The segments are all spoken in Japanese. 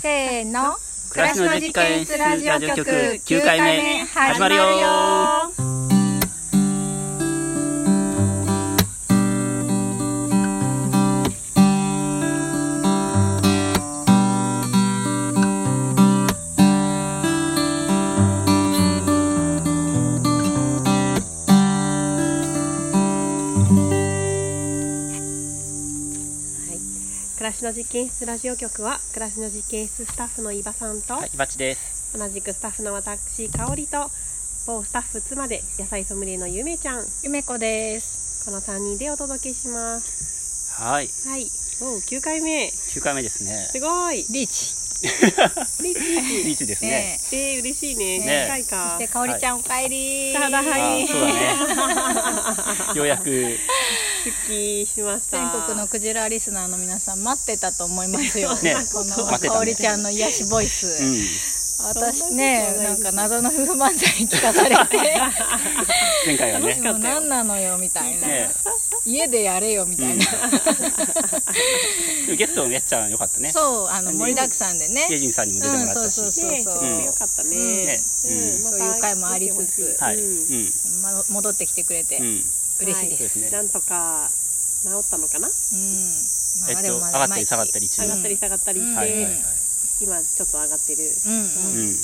せーの暮暮ららししのの実実験室験室ララジジオオ局局9 9回回目目始始ままるるよよはい、暮らしの実験室ラジオ局は暮らしの実験室スタッフの伊庭さんと、はい、バッチです。同じくスタッフの私香織と某スタッフ妻で野菜ソムリエのゆめちゃんこゆめこですの3人でお届けしますはい、はいおう9回目す9回目ですね。ごいリーチリッリーチですね。チえー、嬉しいねね9回そしかてかおりちゃんおかえりただはいあそうだね。ようやく、復帰しました全国のクジラリスナーの皆さん待ってたと思いますよ、ね この待ってたねかおりちゃんの癒しボイうス、ん、私ねそんなことはなないんか謎ですの夫婦漫才聞かされ て前回はね。もう何なのよみたいな、ね、家でやれよみたいな、でもゲストのやっちゃん良かったね。そうあの盛りだくさんでねジェジンさんにも出てもらうったんし。そうそうねそううんよかったね,、ねうんまたそういう回もありつつ見てほしはい、ううんん、ま戻ってきてくれて、うん、嬉しいです、そうですねなんとか治ったのかなうんえっまあと、でも上まがだったり下がったり中。上はがっいたり下がったりしうて、んはいはい。今ちょっと上がってる、うん、うんう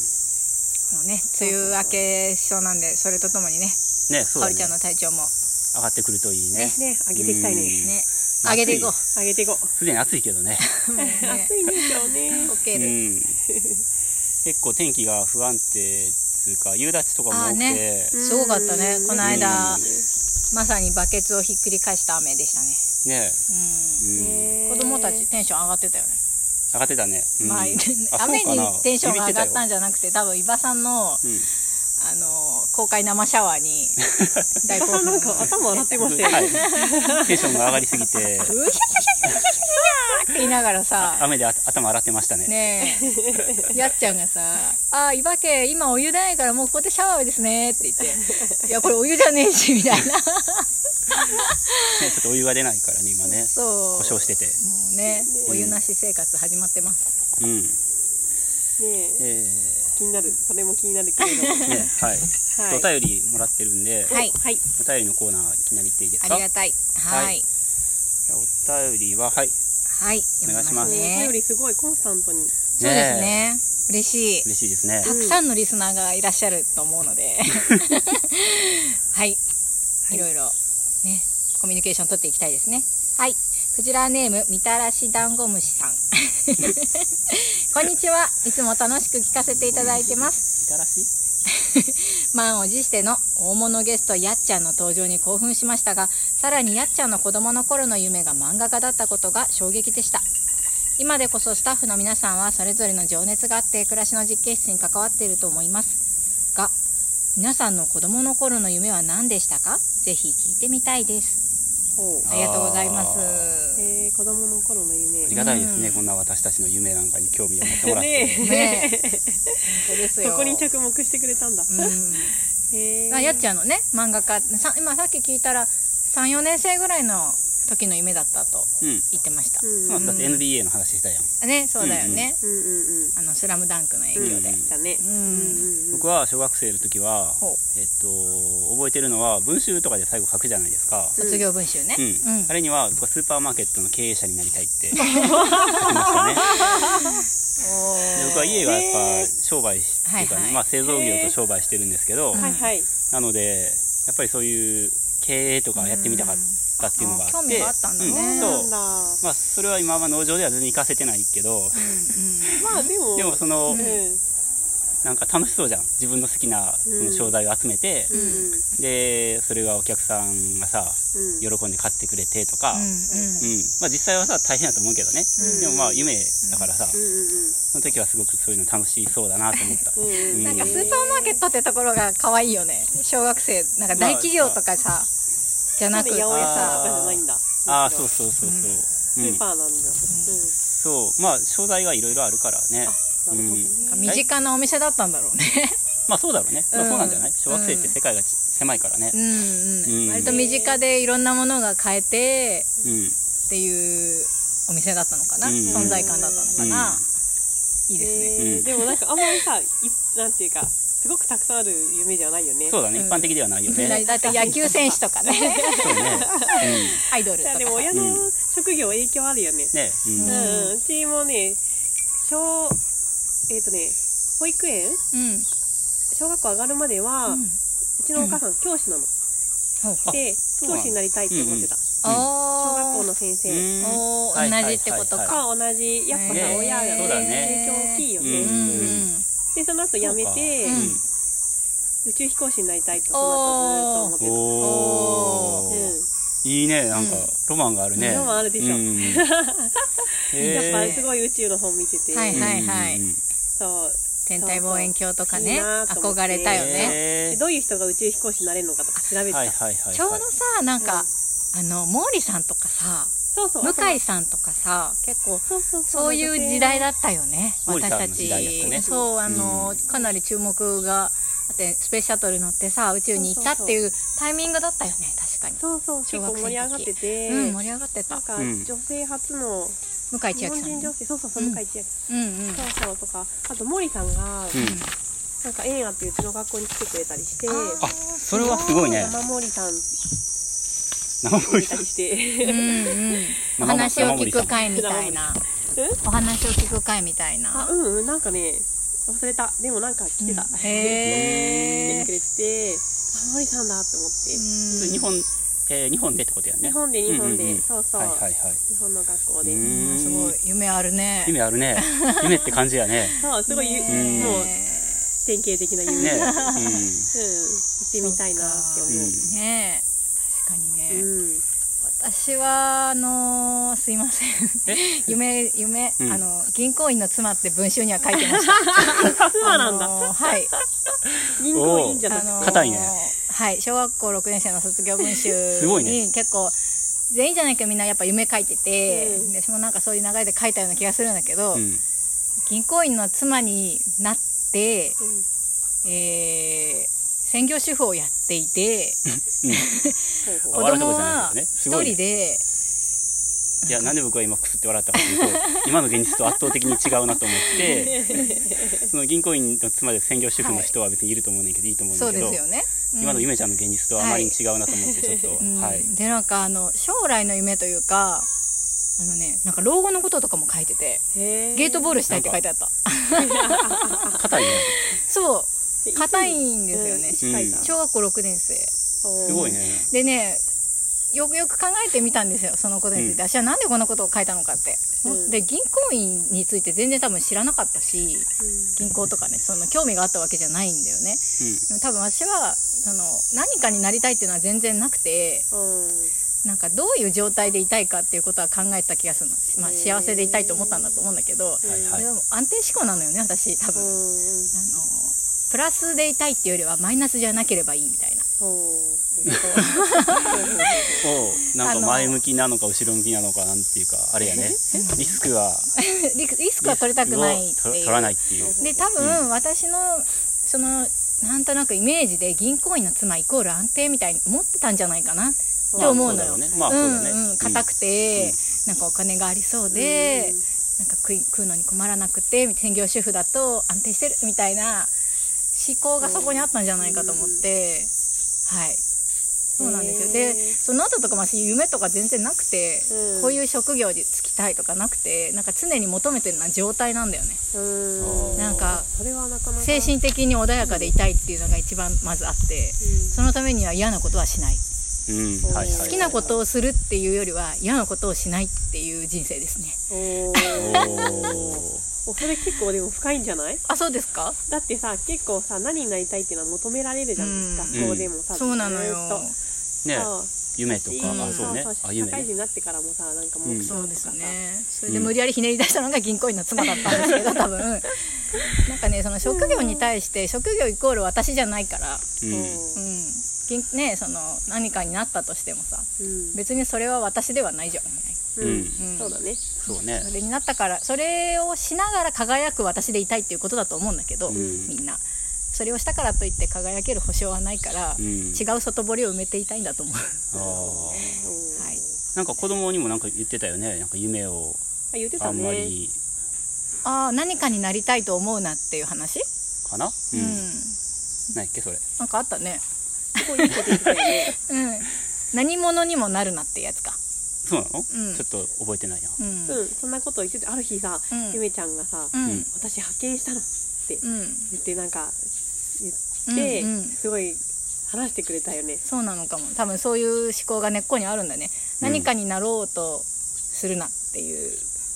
こん、のね梅雨明けしそうなんでそれとともにねね、そうかおだりちゃんね。の体調も上がってくるといいね。ね上げていきたいね、うんねまあ上げていこう暑上げていこうすでに暑いけどね。 もうね暑いね今日ねこけうる、ん。 結構天気が不安定つうか、夕立とかも多くあーて。すごかったねこの間うんまさにバケツをひっくり返した雨でしたね、ね、う。うんん、ね子供たちテンション上がってたよね、上がってたね。うんまあ、あ雨にテンションが上がっそたうんじゃなくて多分伊庭さんのうん、あの公開生シャワーに大興あ 奮なんか頭洗ってましたよね、はい、テンションが上がりすぎてうひゃひゃひゃひゃひゃひゃって言いながらさ雨であ頭洗ってましたねね えやっちゃんがさ「あー茨城今お湯ないからもうここでシャワーですね」って言 って「いやこれお湯じゃねえし」みたいなねちょっとお湯が出ないからね今ねそう故障してて もうねお湯なし生活始まってますうんねええ気になるそれも気になるけれどー、ねはい、はいお便りもらってるんで、はいはいお便りのコーナーいきなり行っていいですあかりがたいははいいじゃあお便りははいはい読みお願いしますねおね便りすごいコンスタントにそうですね嬉しい嬉しいですねたくさんのリスナーがいらっしゃると思うの ではいいろいろねコミュニケーション取っていきたいですねはいクジラネームみたらしダンゴムシさん こんにちはいつも楽しく聞かせていただいてますみたらし満を持しての大物ゲストやっちゃんの登場に興奮しましたがさらにやっちゃんの子供の頃の夢が漫画家だったことが衝撃でした今でこそスタッフの皆さんはそれぞれの情熱があって暮らしの実験室に関わっていると思いますが皆さんの子供の頃の夢は何でしたかぜひ聞いてみたいですほうありがとうございますあえー、子供の頃の夢ありがたいですね、うんこんな私たちの夢なんかに興味を持ってもらって、ねねえ本当ですよそこに着目してくれたんだ、うんへえあやっちゃんのね漫画家さ今さっき聞いたら34年生ぐらいの時の夢だったとうん言ってました、うんそうだって NBA の話したやん、ねそうだよね、うんうんうんあの「スラムダンクの影響で、うんだねうんうんうん僕は小学生の時はほう、えっと、覚えてるのは文集とかで最後書くじゃないですか、卒業文集ね、うんうんあれには僕はスーパーマーケットの経営者になりたいっ て書きましたねおーで僕は家がへやっーぱ商売していうか、はいはいまあ、製造業と商売してるんですけど、へーはいはいなのでやっぱりそういう経営とかやってみたかったっていうのがあってうんあ興味があったんだねうんそうなんそうだまあ、それは今は農場では全然活かせてないけどうんまあでもでもその、うんなんか楽しそうじゃん自分の好きなその商材を集めて、うんでそれがお客さんがさうん喜んで買ってくれてとか、うんううんんまあ、実際はさ大変だと思うけどうね、んでもまあ夢だからさ、うんうんその時はすごくそういうの楽しそうだなと思った。うんうんうんなんかスーパーマーケットってところが可愛いよね小学生なんか大企業とかさじゃなくて八百屋ささんとかじゃないんだああそうそうそうそう、うんスーパーなんだ、そうまあ商材がいろいろあるからねうん、なるほどね、う身近なお店だったんだろうねまあそうだろうね、まうあ、んそうなんじゃない小学生って世界がち、狭いからねう、ん、うんうん割と身近でいろんなものが買えてうんっていうお店だったのかな、うん存在感だったのかな、いいですね、えーうんでもなんかあんまりさいなんていうかすごくたくさんある夢じゃないよねそうだだね、うん一般的ではないよね。だって野球選手とかねそうね。アイドルとかでも親の職業影響あるよねうん、ね、う、うんん、ねうん、うちもね小えっ、とね保育園うん、小学校上がるまでは、ううんちのお母さん教師なの、ほうほううでな教んだ師になりたいって思ってた、小学あー校の先生、うんおーはい同じってことはいはいかが同じやっぱさ、ね親がねそうだね影響大きいよね、うんうでその後辞めて、そうか宇宙飛行士になりたいとその後ずうん、っと思っおてた、うんー、いいね、なんか、うんロマンがあるね。ロマンあるでしょ うん、やっへぱすごい宇宙の本見てて、はいーはいはいうんうんうんそう天体望遠鏡とかねいいなと思って憧れたよね、へでーどういう人が宇宙飛行士になれるのかとか調べてた、はいはいはい。ちょうどさなんか、うんあの毛利さんとかさそうそう向井さんとかさ結構そうそうそういう時代だだったよね毛利私さんたの時代だったちねそうあの、かなり注目があってスペースシャトル乗ってさ宇宙に行ったっていうタイミングだったよね確かにそうそう結小学生構の時盛り上がってて、うん盛り上がってなたんかうん女性初の向井日千秋さ本ん人女性そうそうそう向井千秋さうんうんん、そうそうとかあと森さんが、うんなんか縁あってうちの学校に来てくれたりしてあそれはすごいね。生森さん生見森さたんりしてうんうん、生話を聞く会みたいな生森お話を聞く会みたいあな うんうんなんかね忘れたでもなんか来てた、うん来てへくえれててあ森さんだって思って、日本、えー、日本でってことやね。日本で日本で、うんうんうんそうそう、はいはいはい。日本の学校で、うーんすごい夢あるね夢あるね。夢って感じやね。そうすごいゆ、ねもう典型的な夢、ね。うん行うってみたいなって思う、うんえねえ確かにね、うん、私はあのーすいません 夢夢、うんあの銀行員の妻って文集には書いて ました妻なんだ、あのーはい銀行員じゃなあくて、のー硬いねはい小学校6年生の卒業文集すごいにね結構、全員じゃないけどみんなやっぱ夢書いてて、うん私もなんかそういう流れで書いたような気がするんだけど、ん。うん。銀行員の妻になって、うんえー専業主婦をやっていてそうそう子笑うと供こじゃはないです一よねす人でごいねいや、なんで僕は今くすって笑ったかというと、今の現実と圧倒的に違うなと思って、 その銀行員の妻で専業主婦の人は別にいると思うねんけど、いいと思うそねうんけでどす、よね、うん今のゆめちゃんの現実とはあまりに違うなと思って、ちょっと、うんはい。でなんかあの将来の夢というかあのねなんか老後のこととかも書いててへゲートボールしたいって書いてあった硬いね。そうー硬いんですよねうん近いな小学校6年生すごいね。でねよくよく考えてみたんですよそのことについて、う私はなんでこんなことを書いたのかって、うんで銀行員について全然多分知らなかったしうん銀行とかねその興味があったわけじゃないんだよねうん。でも多分私はその何かになりたいっていうのは全然なくてうんなんかどういう状態でいたいかっていうことは考えた気がするの、まあ、へー幸せでいたいと思ったんだと思うんだけど、はいはいでも安定志向なのよね私多う分、あのんうんプラスでいたいっていうよりはマイナスじゃなければいいみたいな うをなんあかの前向きなのか後ろ向きなのかなんていうかあれやねリスクはリリスクは取りたくないリっスてクを取いう取らないっていうで多分私のそのなんとなくイメージで銀行員の妻イコール安定みたいに思ってたんじゃないかなって思うのよ、まあそうだろうねまあそうだねんうん硬くて、なんかお金がありそうで、うんなんか食い食うのに困らなくて専業主婦だと安定してるみたいな思考がそこにあったんじゃないかと思って、はいそうなんですよへでーその後とかも私夢とか全然なくて、うんこういう職業に就きたいとかなくてなんか常に求めてるのは状態なんだよねんなんかそれはなかなか精神的に穏やかでいたいっていうのが一番まずあってそのためには嫌なことはしないうんはいはい好きなことをするっていうよりは嫌なことをしないっていう人生ですねうんおおーーおそれ結構でも深いんじゃないあそうですかだってさ結構さ何になりたいっていうのは求められるじゃん、うん学校でもさ、そうなのよずっとねそう夢とかしあそうねそうあそう社夢会人ねになってからもさなんか目標とかさ、そうですねそれんで無理やりひねり出したのが銀行員の妻だったんですけど多分なんかねその職業に対して職業イコール私じゃないからううんんうん銀ねその何かになったとしてもさうん別にそれは私ではないじゃんうんうんそうだねそうねそれになったからそれをしながら輝く私でいたいっていうことだと思うんだけど、んみんなそれをしたからといって輝ける保証はないから、うん違う外堀を埋めていたいんだと思う、あーうんはい、なんか子供にもなんか言ってたよねなんか夢をあ言ってあたんまねりああ何かになりたいと思うなっていう話かなう、うんん、何やっけそれなんかあったねすごいいいこと言ってたよねうん何者にもなるなってやつかそうなの、うんちょっと覚えてないな、うんう、んそんなこと言っててある日さ、うんゆめちゃんがさ、うんうん私発見したのってうん言ってなんか言って、うんうんすごい話してくれたよねそうなのかも多分そういう思考が根っこにあるんだねうん何かになろうとするなっていう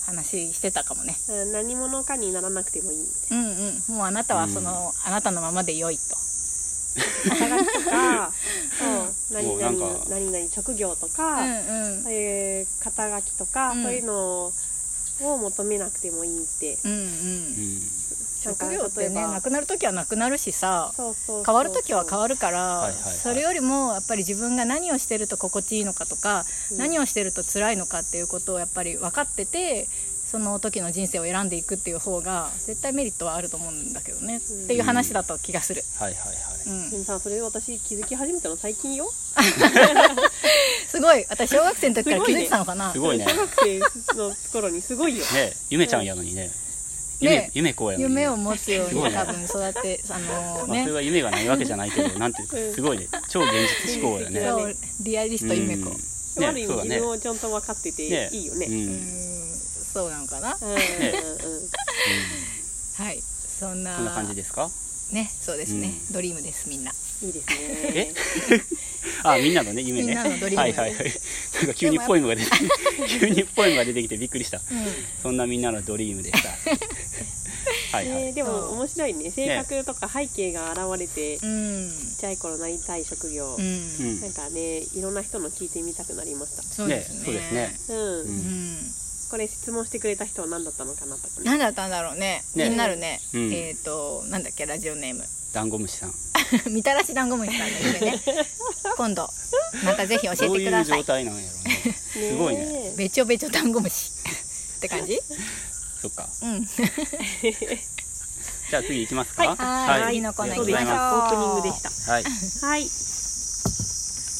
話してたかもねうん何者かにならなくてもいいみうんうんもうあなたはその、あなたのままで良いとたいな肩書きと か、もうん、何うなん々か何々職業とか、うんうんそういう肩書きとか、うんそういうのを求めなくてもいいってうんううんん、なんか職業ってね例えばなくなる時はなくなるしさそうそうそう変わる時は変わるから、いはいはいそれよりもやっぱり自分が何をしてると心地いいのかとか、うん何をしてると辛いのかっていうことをやっぱり分かっててその時の人生を選んでいくっていう方が絶対メリットはあると思うんだけどね、うんっていう話だと気がする、はいはいはい、うんでもさそれ私気づき始めたの最近よすごい私小学生の時から気づいてたのかな、すごいね小学生の頃にすごいよねゆめちゃんやのにねね夢夢子やのにね、夢を持つようすごいにね多分育てあのまあ、それねは夢がないわけじゃないけどなんていうかうんすごいね超現実思考やねはそうリアリスト夢子うんうんでもあるね意そ味うだ自ね分をちゃんと分かってていいよねうんそうなのかなうんうんうんはいそんなそんな感じですかねそうですねうんドリームですみんないいですねえ あみんなのね夢ねみんなのドリームはいはいはいなんか急にポエムが出て急にポエムが出てきてびっくりしたそんなみんなのドリームでした はいはい、えーでも面白いね性格とか背景が現れてちうっんちゃい頃なりたい職業うん、うんなんかねいろんな人の聞いてみたくなりましそうですねねそうですねたうん、うんうこれ質問してくれた人は何だったのかなとかんね何だったんだろうねね気になるね、うんえっ、となんだっけラジオネーム ダンゴムシさんみたらし団子虫さんの夢ね 今度またぜひ教どえうていくうださ状い態なんやろうねすごいねねえべちょべちょ団子虫って感じそっかうんじゃあ次行きますかはいはい次のコーナー行きましょうありがとうございオープニングでしたますはいはい